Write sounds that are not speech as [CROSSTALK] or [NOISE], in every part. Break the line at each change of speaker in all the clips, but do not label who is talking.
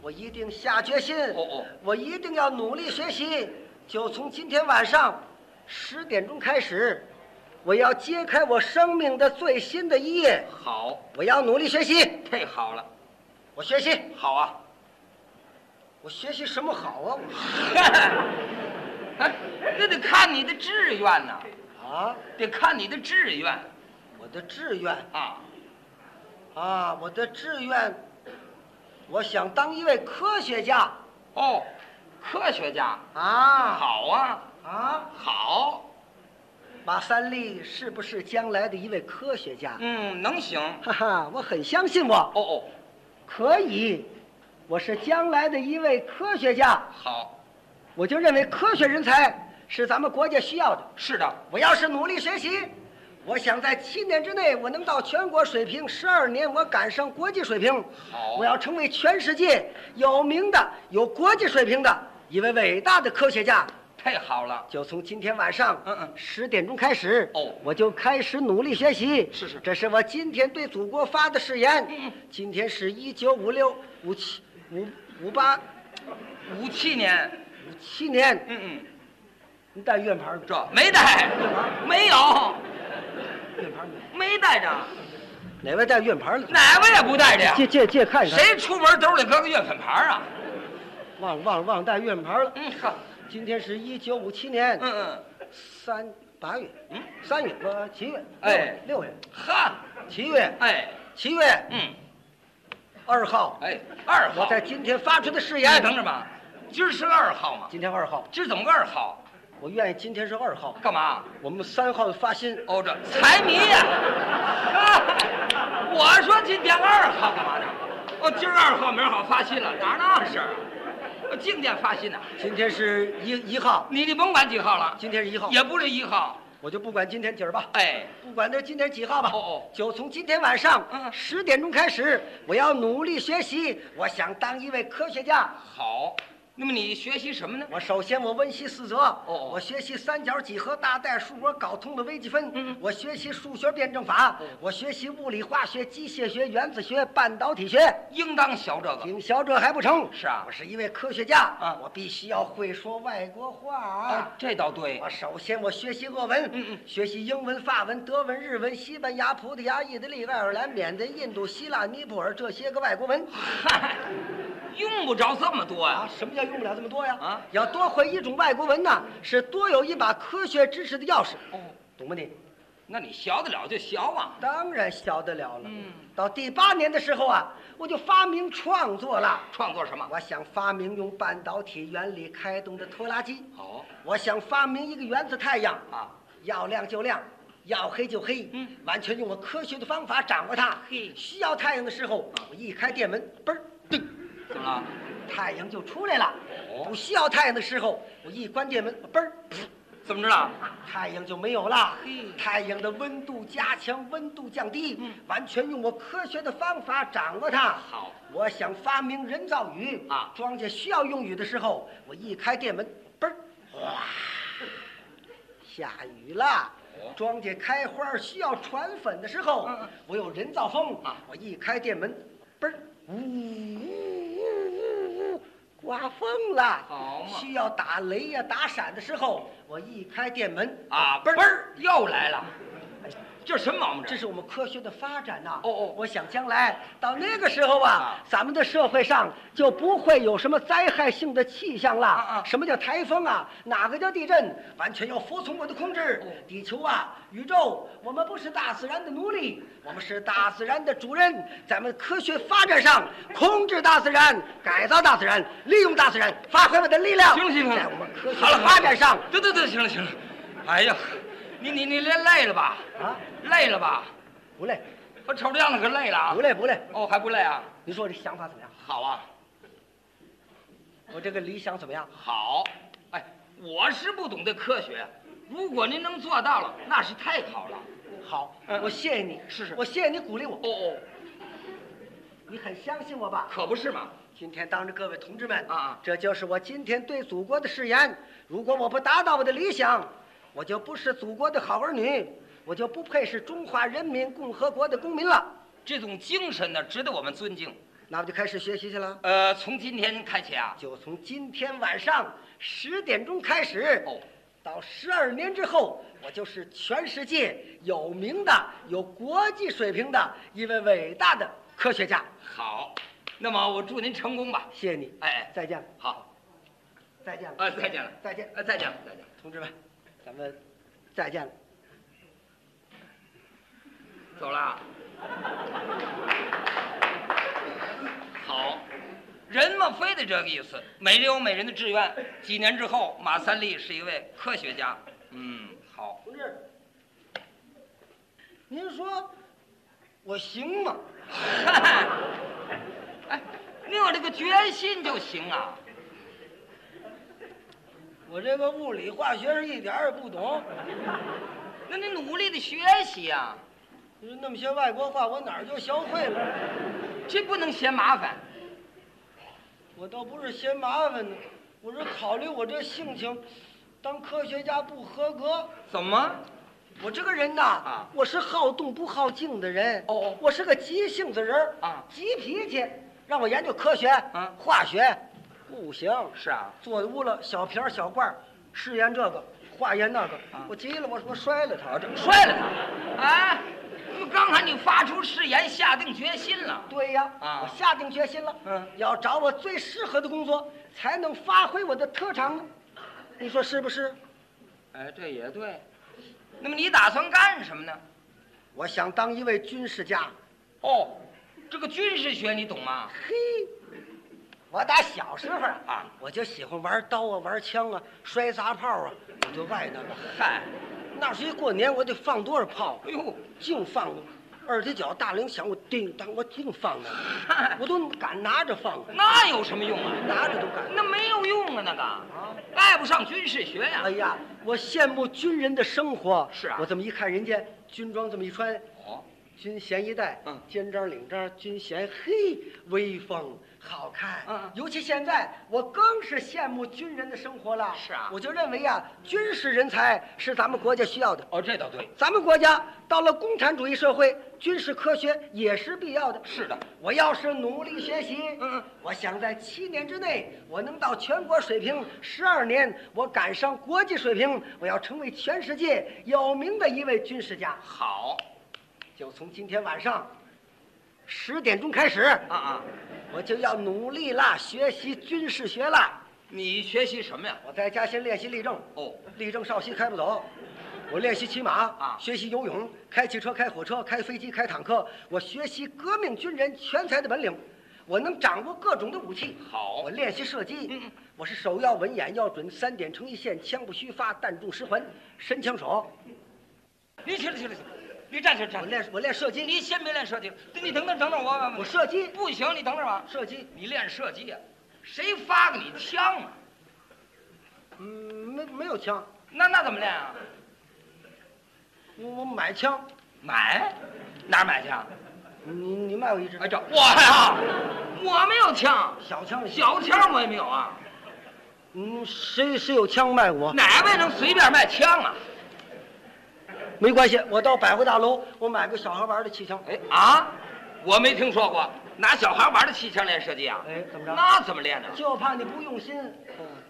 我一定下决心。
哦哦
我一定要努力学习。就从今天晚上十点钟开始，我要揭开我生命的最新的一页。
好，
我要努力学习，
太好了，
我学习，
好啊！ [LAUGHS]
我学习什么好啊？我
哎，那得看你的志愿呐、
啊，
得看你的志愿
我的志愿
啊。
啊，我的志愿，我想当一位科学家
哦，科学家，
啊
好啊，
啊！
好，
马三立是不是将来的一位科学家？
嗯，能行。
哈哈，我很相信我
哦哦，
可以，我是将来的一位科学家，
好，
我就认为科学人才是咱们国家需要的。
是的，
我要是努力学习，我想在七年之内我能到全国水平，十二年我赶上国际水平。
好
我要成为全世界有名的、有国际水平的一位伟大的科学家。
太好了。
就从今天晚上，
嗯嗯
十点钟开始，
哦
我就开始努力学习。
是是
这是我今天对祖国发的誓言。
嗯嗯
今天是一九五六、五七、五五八、
五七年，
五七年，
嗯嗯，
你带院牌儿吗
这没带，没有，
院牌儿没有
没带着，
哪位带院牌儿了？
哪位啊也不带哎着呀。
借借借看一看，
谁出门兜里搁个月粉牌啊？
忘了忘了忘了带院牌儿了。
嗯呵，
今天是一九五七年
嗯嗯，
三八月，
嗯，
三月呃七月，
哎
六月
呵，
七月
哎，
七月
嗯，
二号，
哎，二号。
我在今天发出的誓
你
言。
等着吧，今儿是个二号嘛，
今天二号，
今儿怎么个二号？
我愿意今天是二号，
干嘛？
我们三号发薪。
哦，这财迷呀、 [LAUGHS] 我说今天二号干嘛呢？哦，今儿二号，明儿好发薪了，哪儿那事儿啊？我今天发薪呢、
今天是一一号，
你你甭管几号了，
今天是一号，
也不是一号。
我就不管今天几儿吧，
哎，
不管这今天几号吧。
哦哦
就从今天晚
嗯
上
嗯
十点钟开始，我要努力学习，我想当一位科学家。
好，那么你学习什么呢？
我首先我温习四则，
哦
我学习三角几何、大代数，我搞通了微积分，
嗯
我学习数学辩证法，
哦
我学习物理、化学、机械学、原子学、半导体学。
应当学这个。
挺小这还不成？
是哦啊
我是一位科学家
啊
我必须要会说外国话
啊，这倒对
我。首先我学习俄文，
嗯嗯
学习英文、法文、德文、日文、西班牙、葡萄牙、意大利、爱尔兰、缅甸、印度、希腊、尼泊尔这些个外国文
嗨，用不着这么多呀、
啊！什么叫用不了这么多呀？
啊
要多会一种外国文呐，是多有一把科学知识的钥匙，
哦，
懂吗你？
那你学得了就学嘛。
当然晓得了了。
啊嗯
到第八年的时候啊，我就发明创作了。
创作什么？
我想发明用半导体原理开动的拖拉机，
哦，
我想发明一个原子太阳，
啊，
要亮就亮，要黑就黑，
嗯
完全用我科学的方法掌握它。
嘿
需要太阳的时候，我一开电门，嘣儿，噔，
怎么了？
太阳就出来了。
哦
不需要太阳的时候，我一关电门，嘣儿，噗
怎么着了？
太阳就没有了
嘿。嗯
太阳的温度加强，温度降低，完全用我科学的方法掌握它。
好，
我想发明人造雨
啊
庄稼需要用雨的时候，我一开电门，嘣儿，哗，下雨了
哦。
庄稼开花需要传粉的时候
嗯嗯，
我有人造风
啊
我一开电门，嘣儿，呜呜呜呜呜，刮风了。
好嘛
需要打雷呀、打闪的时候，我一开电门，
啊，嘣儿又来了，哎这什么毛病？
这是我们科学的发展呐、
哦哦
我想将来到那个时候啊，
啊
咱们的社会上就不会有什么灾害性的气象了。
啊啊
什么叫台风啊？哪个叫地震？完全要服从我的控制。
哦
地球啊，宇宙，我们不是大自然的奴隶，我们是大自然的主人。咱们科学发展上，控制大自然，改造大自然，利用大自然，发挥我的力量。
行了行了，
在我们科学
好了
发展上，，
对对对，行了行了，哎呀，你你你累累了吧？
啊，
累了吧？
不累，
我瞅这样子可累了啊
不！累，不累。
哦，还不累啊？
你说我这想法怎么样？
好啊，
我这个理想怎么样？
好，哎，我是不懂得科学，如果您能做到了，那是太好了。
好，
嗯
呃我谢谢你，
是是
我谢谢你鼓励我，
哦哦，
你很相信我吧？
可不是嘛。
今天当着各位同志们
啊啊
这就是我今天对祖国的誓言。如果我不达到我的理想，我就不是祖国的好儿女，我就不配是中华人民共和国的公民了。
这种精神呢，值得我们尊敬。
那我就开始学习去了。
呃，从今天开始啊，
就从今天晚上十点钟开始，
哦，
到十二年之后，我就是全世界有名的、有国际水平的一位伟大的科学家。
好，那么我祝您成功吧。
谢谢你，
哎，
再见，
好，
再见了，
啊，再见了，
再见，
啊，再见了，再见了。
同志们，咱们再见了。
走了啊。好，人嘛，非得这个意思。每人有每人的志愿。几年之后，马三立是一位科学家。嗯，好， [LAUGHS]
同志，您说我行吗？
哎，你有这个决心就行啊。
我这个物理化学是一点儿也不懂，
那你努力的学习啊，
就是那么些外国话，我哪儿就学会了？
这不能嫌麻烦。
我倒不是嫌麻烦呢，我是考虑我这性情，当科学家不合格。
怎么？
我这个人呐，
啊
我是好动不好静的人。
哦哦
我是个急性子人儿
啊
急脾气，让我研究科学，
嗯
化学，不行。
是啊，
坐屋了，小瓶儿小罐儿，试验这个，化验那个，
啊
我急了，我我摔了它。这
摔了他。哎，就刚才你发出誓言，下定决心了。
对呀，
啊
我下定决心了，
嗯
要找我最适合的工作，才能发挥我的特长呢。你说是不是？
哎，这也对。那么你打算干什么呢？
我想当一位军事家。
哦，这个军事学你懂吗？
嘿，我打小时候
啊
啊，我就喜欢玩刀啊、玩枪啊、摔砸炮啊，我就外头了。
嗨，
那时一过年，我得放多少炮啊？
哎呦，
净放啊！二踢脚、大铃响，我叮当，我净放啊
[LAUGHS] 嗨，
我都敢拿着放啊，
那有什么用啊？
拿着都敢。
那没有用啊，那个啊，爱不上军事学呀、
哎呀，我羡慕军人的生活。
是啊
我这么一看，人家军装这么一穿，
哦，
军衔一戴，
嗯
肩章领章，军衔，嘿，威风，好看。
嗯嗯
尤其现在，我更是羡慕军人的生活了。
是啊
我就认为呀、军事人才是咱们国家需要的。
哦，这倒对，
咱们国家到了共产主义社会，军事科学也是必要的。
是的。
我要是努力学习，
嗯嗯
我想在七年之内，我能到全国水平；十二年，我赶上国际水平，我要成为全世界有名的一位军事家。
好，
就从今天晚上十点钟开始，
啊啊，
我就要努力啦，学习军事学啦。
你学习什么呀？
我在家先练习立正，
哦，
立正稍息开不走。我练习骑马
啊
学习游泳，开汽车、开火车、开飞机、开坦克。我学习革命军人全才的本领，我能掌握各种的武器。
好
我，练习射击。
嗯嗯
我是手要稳，眼要准，三点成一线，枪不虚发，弹中十环，神枪手。
你去了去了去了，你站起来
我
站起来。
练我练射击，
你先别练射击了，你等等等等我我
我射击
不行，你等等吧。
射击，
你练射击呀、啊谁发给你枪啊？
嗯，没没有枪，
那那怎么练啊？
我我买枪，
买？哪儿买去啊？
你你卖我一支？
哎，这我呀，我没有枪，
小枪也行，
小枪我也没有啊。
嗯，谁谁有枪卖
[LAUGHS]
我？
哪位能随便卖枪啊？
没关系，我到百货大楼，我买个小孩玩的气枪。
哎啊，我没听说过拿小孩玩的气枪练射击啊？
哎，怎么着？
那怎么练呢？
就怕你不用心。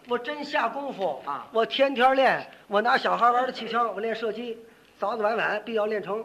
我真下功夫
啊
我天天练，我拿小孩玩的气枪，我练射击，早早晚晚必要练成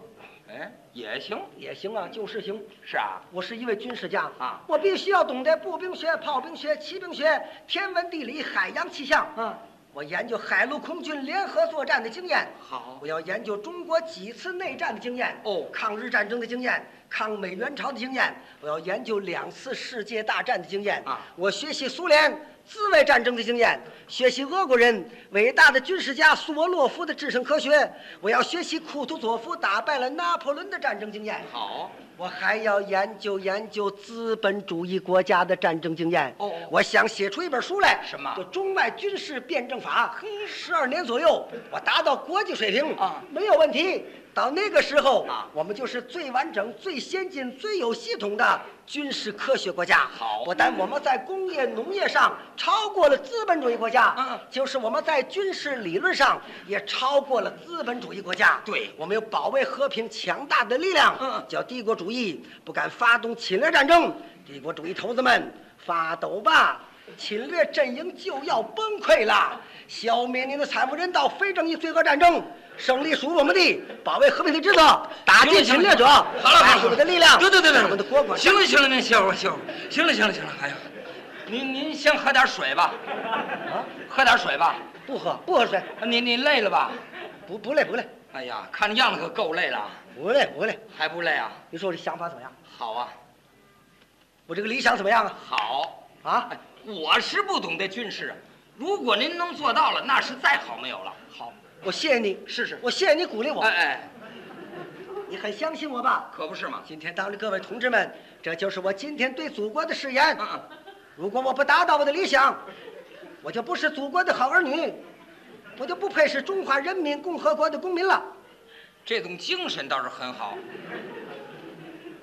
哎，也行。
也行啊，就是行。
是啊，
我是一位军事家
啊
我必须要懂得步兵学、炮兵学、骑兵学、天文地理、海洋气象。
嗯，
我研究海陆空军联合作战的经验，
好
我要研究中国几次内战的经验，
哦
抗日战争的经验，抗美援朝的经验，我要研究两次世界大战的经验
啊
我学习苏联自卫战争的经验，学习俄国人伟大的军事家苏俄洛夫的制胜科学，我要学习库图佐夫打败了拿破仑的战争经验，
好，
我还要研究研究资本主义国家的战争经验。
哦哦
我想写出一本书来，
什么
叫《中外军事辩证法》。十二年左右，我达到国际水平
啊
没有问题。到那个时候
啊
我们就是最完整、最先进、最有系统的军事科学国家。
好
不但我们在工业、农业上超过了资本主义国家，
嗯嗯
就是我们在军事理论上也超过了资本主义国家。
对
我们有保卫和平强大的力量。
嗯嗯
叫帝国主义，不敢发动侵略战争，帝国主义头子们发抖吧！侵略阵营就要崩溃了，消灭您的惨无人道非正义罪恶战争，胜利属于我们的，保卫和平的职责，打击侵略者，
好了好
发
了，
挥我们的力量，
对对对对，
我们的国国。
行了行了，您歇会儿歇会儿，行了行了行了，哎呀，您您先喝点水吧，
啊，
喝点水吧，
不喝不喝水，
您您累了吧？
不不累不累
哎呀，看样子可够累了，
不累不累。
还不累啊？
你说我这想法怎么样？
好啊，
我这个理想怎么样啊？
好，
啊
哎，我是不懂得军事，啊如果您能做到了，那是再好没有了。好，
我谢谢你，
试试。
我谢谢你鼓励我
哎，哎，
你很相信我吧？
可不是嘛。
今天当着各位同志们，这就是我今天对祖国的誓言。
嗯嗯，
如果我不达到我的理想，我就不是祖国的好儿女，我就不配是中华人民共和国的公民了。
这种精神倒是很好。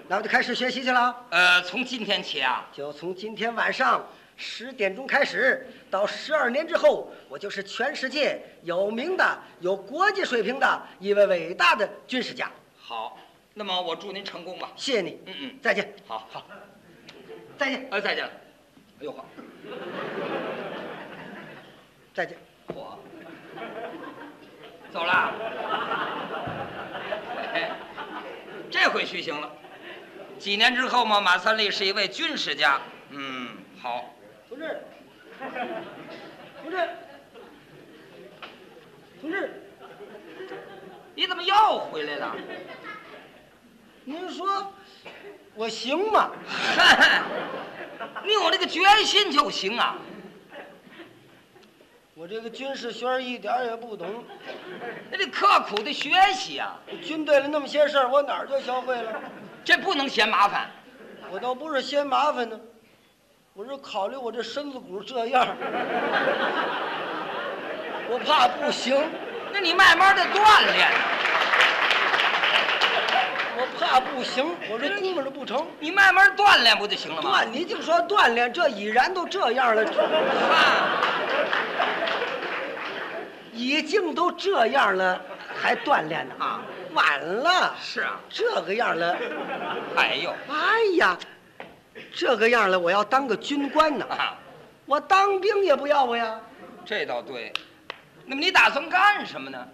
那我就开始学习去了啊，
呃，从今天起啊，
就从今天晚上十点钟开始，到十二年之后，我就是全世界有名的、有国际水平的一位伟大的军事家。
好，那么我祝您成功吧。
谢谢你，
嗯嗯，
再见，
好好，
再见，
呃，再见。哎呦呵，
再见。
我啊走啦。哎， [LAUGHS] 这回虚行了。几年之后嘛，马三立是一位军事家。嗯，好。
同志，同志，同志，
你怎么又回来了？ [LAUGHS]
您说我行吗？
嗨，你有这个决心就行啊！
我这个军事学儿一点儿也不懂，
那得刻苦的学习啊，
军队里那么些事儿，我哪儿就学会了？
这不能嫌麻烦。
我倒不是嫌麻烦呢，我是考虑我这身子骨这样儿，我怕不行，
那你慢慢的锻炼，
我怕不行，我这功夫不成。
你慢慢锻炼不就行了吗？
锻，你净说锻炼，这已然都这样了，
啊，
已经都这样了，还锻炼呢
啊？
晚了，
是啊。
这个样了，
哎呦，
哎呀，这个样了，我要当个军官呢，
啊，
我当兵也不要我呀。
这倒对。那么你打算干什么呢？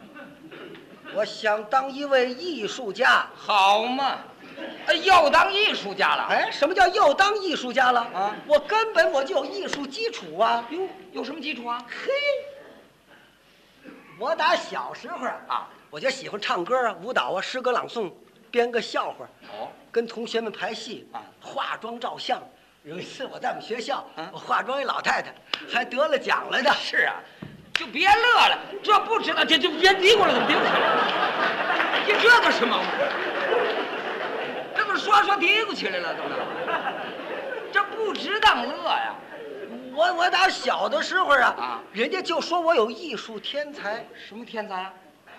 我想当一位艺术家。
好嘛，哎，又当艺术家了？
哎，什么叫又当艺术家了？
啊
我根本我就有艺术基础啊！
哟，有什么基础啊？
嘿，我打小时候啊，我就喜欢唱歌啊、舞蹈啊、诗歌朗诵，编个笑话，
哦，
跟同学们排戏
啊
化妆照相。有一次我在我们学校，
啊
我化妆一老太太，还得了奖来的。
是啊，就别乐了，这不知道，这就别嘀咕了，怎么嘀咕了？你这个什么？这不是说说嘀咕起来了，怎么了？这不值当乐呀！
我我打小的时候啊，
啊
人家就说我有艺术天才。
什么天才啊？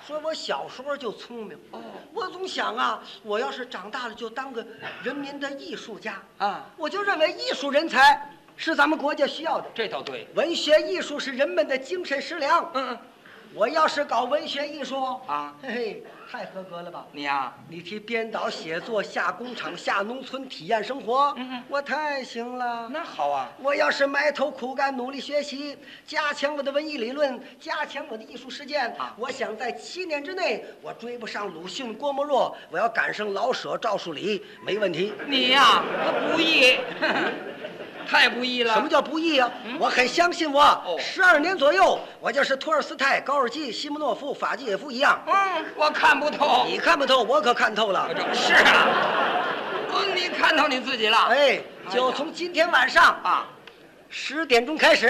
说我小时候就聪明，
哦
我总想啊，我要是长大了就当个人民的艺术家
啊，
我就认为艺术人才是咱们国家需要的，
这倒对。
文学艺术是人们的精神食粮。
嗯嗯，
我要是搞文学艺术
啊
嘿嘿，太合格了吧？
你呀、
你提编导、写作、下工厂、下农村体验生活，
嗯嗯
我太行了。
那好啊，
我要是埋头苦干，努力学习，加强我的文艺理论，加强我的艺术实践，
啊
我想在七年之内，我追不上鲁迅、郭沫若，我要赶上老舍、赵树理，没问题。
你呀、他不易， [LAUGHS] 太不易了。
什么叫不易啊？我很相信我，
嗯哦
十二年左右，我就是托尔斯泰、高尔基、西莫诺夫、法基耶夫一样。
嗯，我看不透。
你看不透，我可看透了。
这是啊，嗯，你看透你自己了。
哎，就从今天晚上
啊，
十点钟开始，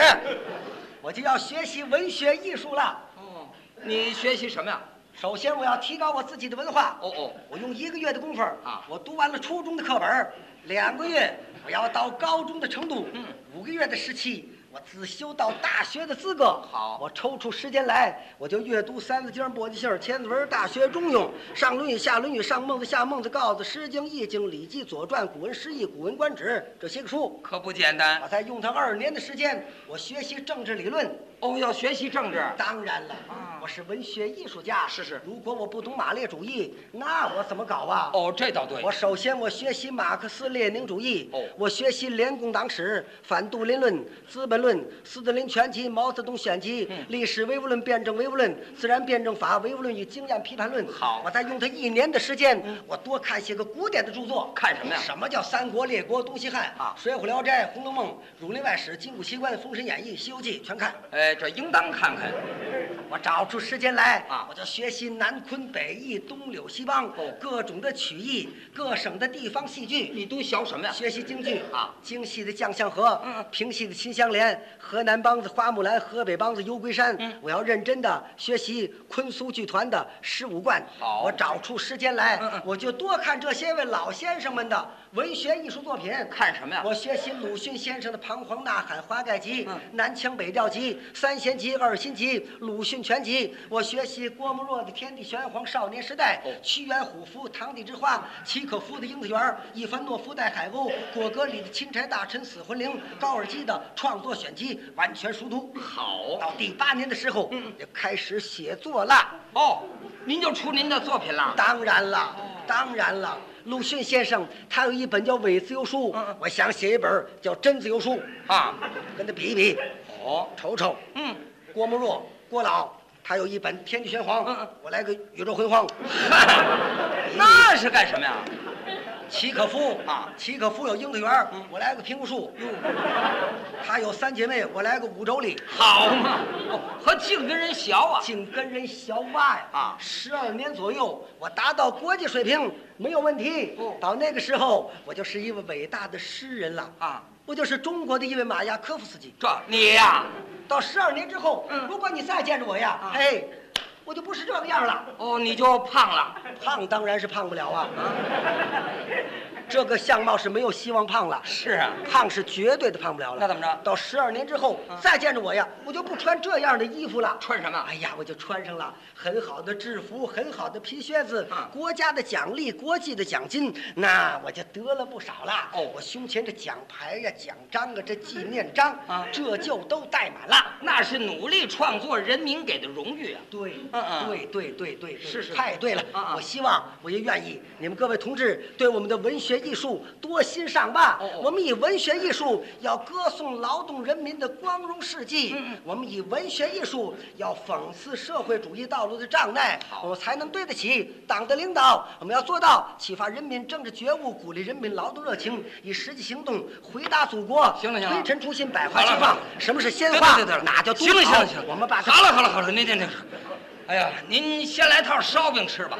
我就要学习文学艺术了。
哦，你学习什么呀？
首先，我要提高我自己的文化。
哦哦，
我用一个月的功夫
啊
我读完了初中的课本儿，两个月我要到高中的程度，
嗯
五个月的时期，我自修到大学的资格。
好
我抽出时间来，我就阅读《三字经》《簸箕姓》《千字文》《大学》《中庸》，上《论语》下《论语》，上《孟子》下《孟子》，告子《诗经》《易经》《礼记》《左传》《古文诗意》《古文观止》这些个书。
可不简
我
单
才用它二年的时间，我学习政治理论。
哦，要学习政治。
当然了
啊，
我是文学艺术家。
是是
如果我不懂马列主义，那我怎么搞啊？
哦，这倒对
我。首先我学习马克思列宁主义，
哦
我学习联共党史、反杜林论、资本论、斯大林全集、毛泽东选集、
嗯
历史唯物论、辩证唯物论、自然辩证法、唯物论与经验批判论。
好嗯
我再用它一年的时间，我多看些个古典的著作。
看什么呀
什么叫三国、列国、东西汉
啊
水浒、聊斋、红楼梦、儒林外史、金谷奇观、封神演义、西游记全看。
哎，这应当看看。
我找出时间来
啊
我就学习南昆北弋、东柳西梆、
哦
各种的曲艺、各省的地方戏剧。
你都学什么呀？
学习京剧
啊，
京戏的将相和
嗯嗯，
评戏的秦香莲，河南梆子花木兰，河北梆子游龟山
嗯。
我要认真的学习昆苏剧团的十五贯。
好
我找出时间来
嗯嗯，
我就多看这些位老先生们的文学艺术作品。
看什么呀？
我学习鲁迅先生的《彷徨呐喊》《花盖集》
啊嗯
南腔北调集》《三弦集》《二心集》《鲁迅全集》。我学习郭沫若的《天地玄黄》《少年时代》
哦
屈原、虎符、堂弟之花、契可夫的《樱子园》、伊凡诺夫的《海鸥》、果戈里的《钦差大臣死魂灵》、高尔基的《创作选集》，完全熟读。
好
到第八年的时候，
嗯
就开始写作了。
哦，您就出您的作品了。
当然了，
哦
当然了，鲁迅先生他有一本叫《伪自由书》
嗯嗯，
我想写一本叫《真自由书》，
啊，
跟他比一比，
哦，
瞅瞅。
嗯，
郭沫若、郭老，他有一本《天地玄黄》
嗯嗯
我来个《宇宙洪荒》。
嗨， [LAUGHS] 那是干什么呀？
契可夫
啊嗯
契可夫有《樱桃园》我来个《苹果树》。他有三姐妹，我来个《五洲里》。
好嘛，哦，和净跟人学啊。
净跟人学哇呀！
啊
十二年左右，我达到国际水平没有问题。
哦
到那个时候，我就是一位伟大的诗人了。
啊，
我就是中国的一位马亚科夫斯基。
这你呀、
到十二年之后，
嗯啊
如果你再见着我呀，嘿，我就不是这个样了。
哦，你就胖了。
胖当然是胖不了啊，这个相貌是没有希望胖了，
是啊，
胖是绝对的胖不了了。
那怎么着
到十二年之后、
啊
再见着我呀，我就不穿这样的衣服了。
穿什么
哎呀，我就穿上了很好的制服，很好的皮靴子，
啊
国家的奖励，国际的奖金，那我就得了不少了。
哦
我胸前这奖牌呀、奖章啊、这纪念章
啊
这就都带满了。
那是努力创作人民给的荣誉啊。
对，
嗯嗯
对对对对，对
是是
太对了。
嗯嗯
我希望，我也愿意，你们各位同志对我们的文学艺术多欣赏吧。
哦哦
我们以文学艺术要歌颂劳动人民的光荣事迹，
嗯嗯
我们以文学艺术要讽刺社会主义道路的障碍，
好
我们才能对得起党的领导。我们要做到启发人民政治觉悟，鼓励人民劳动热情，以实际行动回答祖国。
行了行了
推陈出新，百花
好了
齐
好
放
了。
什么是鲜
对
花？
对对对，
哪叫
行了
冬
行
草
了行了，
我们把它
好了好了好了，您您您，哎呀，您先来套烧饼吃吧，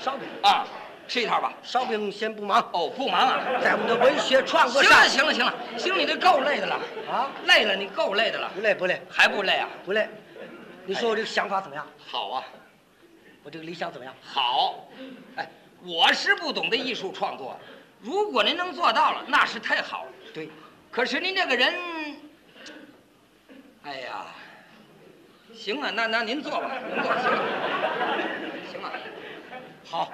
烧饼。
啊，吃一套吧。
烧饼先不忙，
哦，不忙啊。
在我们的文学创作
行了
上，
行了行了，行，你这够累的了
啊
累了你够累的了，
不累不累
还不累啊？
不累。你说我这个想法怎么样？
好啊，
我这个理想怎么样？
好，哎，我是不懂得艺术创作，如果您能做到了，那是太好了。
对，
可是您这个人，哎呀，行啊，那那您坐吧，您坐行啊，行啊，
好，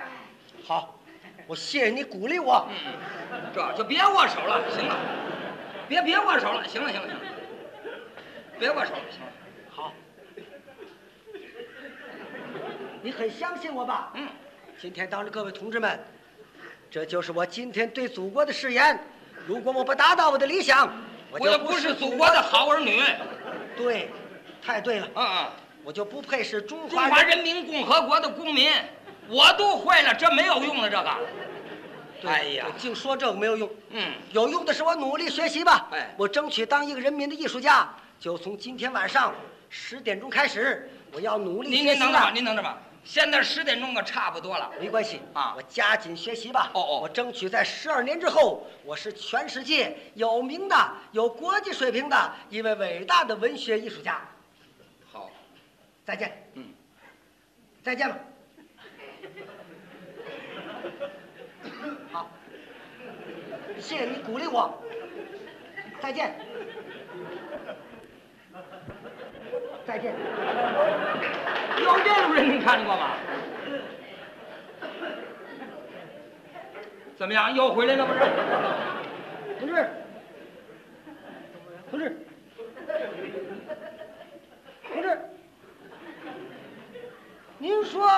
好，我谢谢你鼓励我。
嗯，这就别握手了，行了，啊别别握手了，行了行了行了，别握手了，行了，
好，你很相信我吧？
嗯，
今天当着各位同志们，这就是我今天对祖国的誓言。如果我不达到我的理想，我
我也
就
不是祖国的好儿女，
对，太对了，
嗯嗯，
我就不配是中
中
华
华人民共和国的公民，我都会了，这没有用了，这个，
对
哎呀
我净说这个没有用。
嗯，
有用的是我努力学习吧。
哎
我争取当一个人民的艺术家，就从今天晚上十点钟开始，我要努力
您
学
您
习
等着吧，
了。
您等着吧，现在十点钟可差不多了。
没关系
啊
我加紧学习吧。
哦哦
我争取在十二年之后，我是全世界有名的、有国际水平的一位伟大的文学艺术家。
好，
再见，
嗯，
再见吧。好，谢谢你鼓励我。再再见，再见。
有这种人您看见过吗？怎么样，又回来了不是？
同志，同志，同志，您说，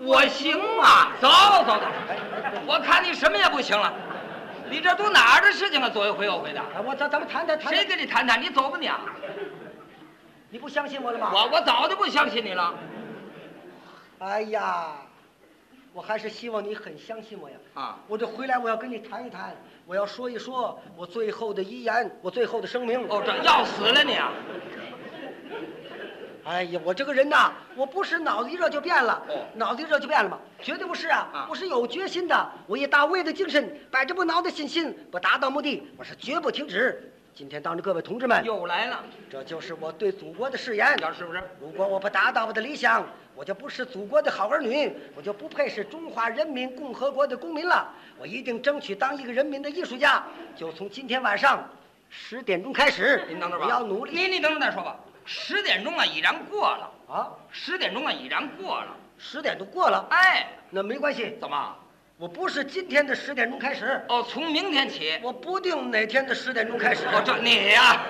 我行吗？走走走，我看你什么也不行了，你这都哪儿的事情啊？左一回右回的，
哎我咱咱们谈谈谈
谁
谈，
跟你谈谈？你走吧你啊！
你不相信我了吗？
我我早就不相信你了。
哎呀，我还是希望你很相信我呀。
啊
我这回来我要跟你谈一谈，我要说一说我最后的遗言，我最后的声明。
哦，这要死了你啊！
哎呀，我这个人呐，我不是脑子一热就变了，
哦
脑子一热就变了嘛，绝对不是啊，
啊
我是有决心的，我以大卫的精神，百折不挠的信心，不达到目的，我是绝不停止。今天当着各位同志们，
又来了，
这就是我对祖国的誓言
你。说是不是？
如果我不达到我的理想，我就不是祖国的好儿女，我就不配是中华人民共和国的公民了。我一定争取当一个人民的艺术家。就从今天晚上十点钟开始，
您等着吧，
我要努力
你你等着再说吧。十点钟啊，已然过了。
啊！
十点钟啊，已然过了。
十点都过了，
哎，
那没关系，
怎么？
我不是今天的十点钟开始，
哦，从明天起，
我不定哪天的十点钟开始。
哦，这你呀、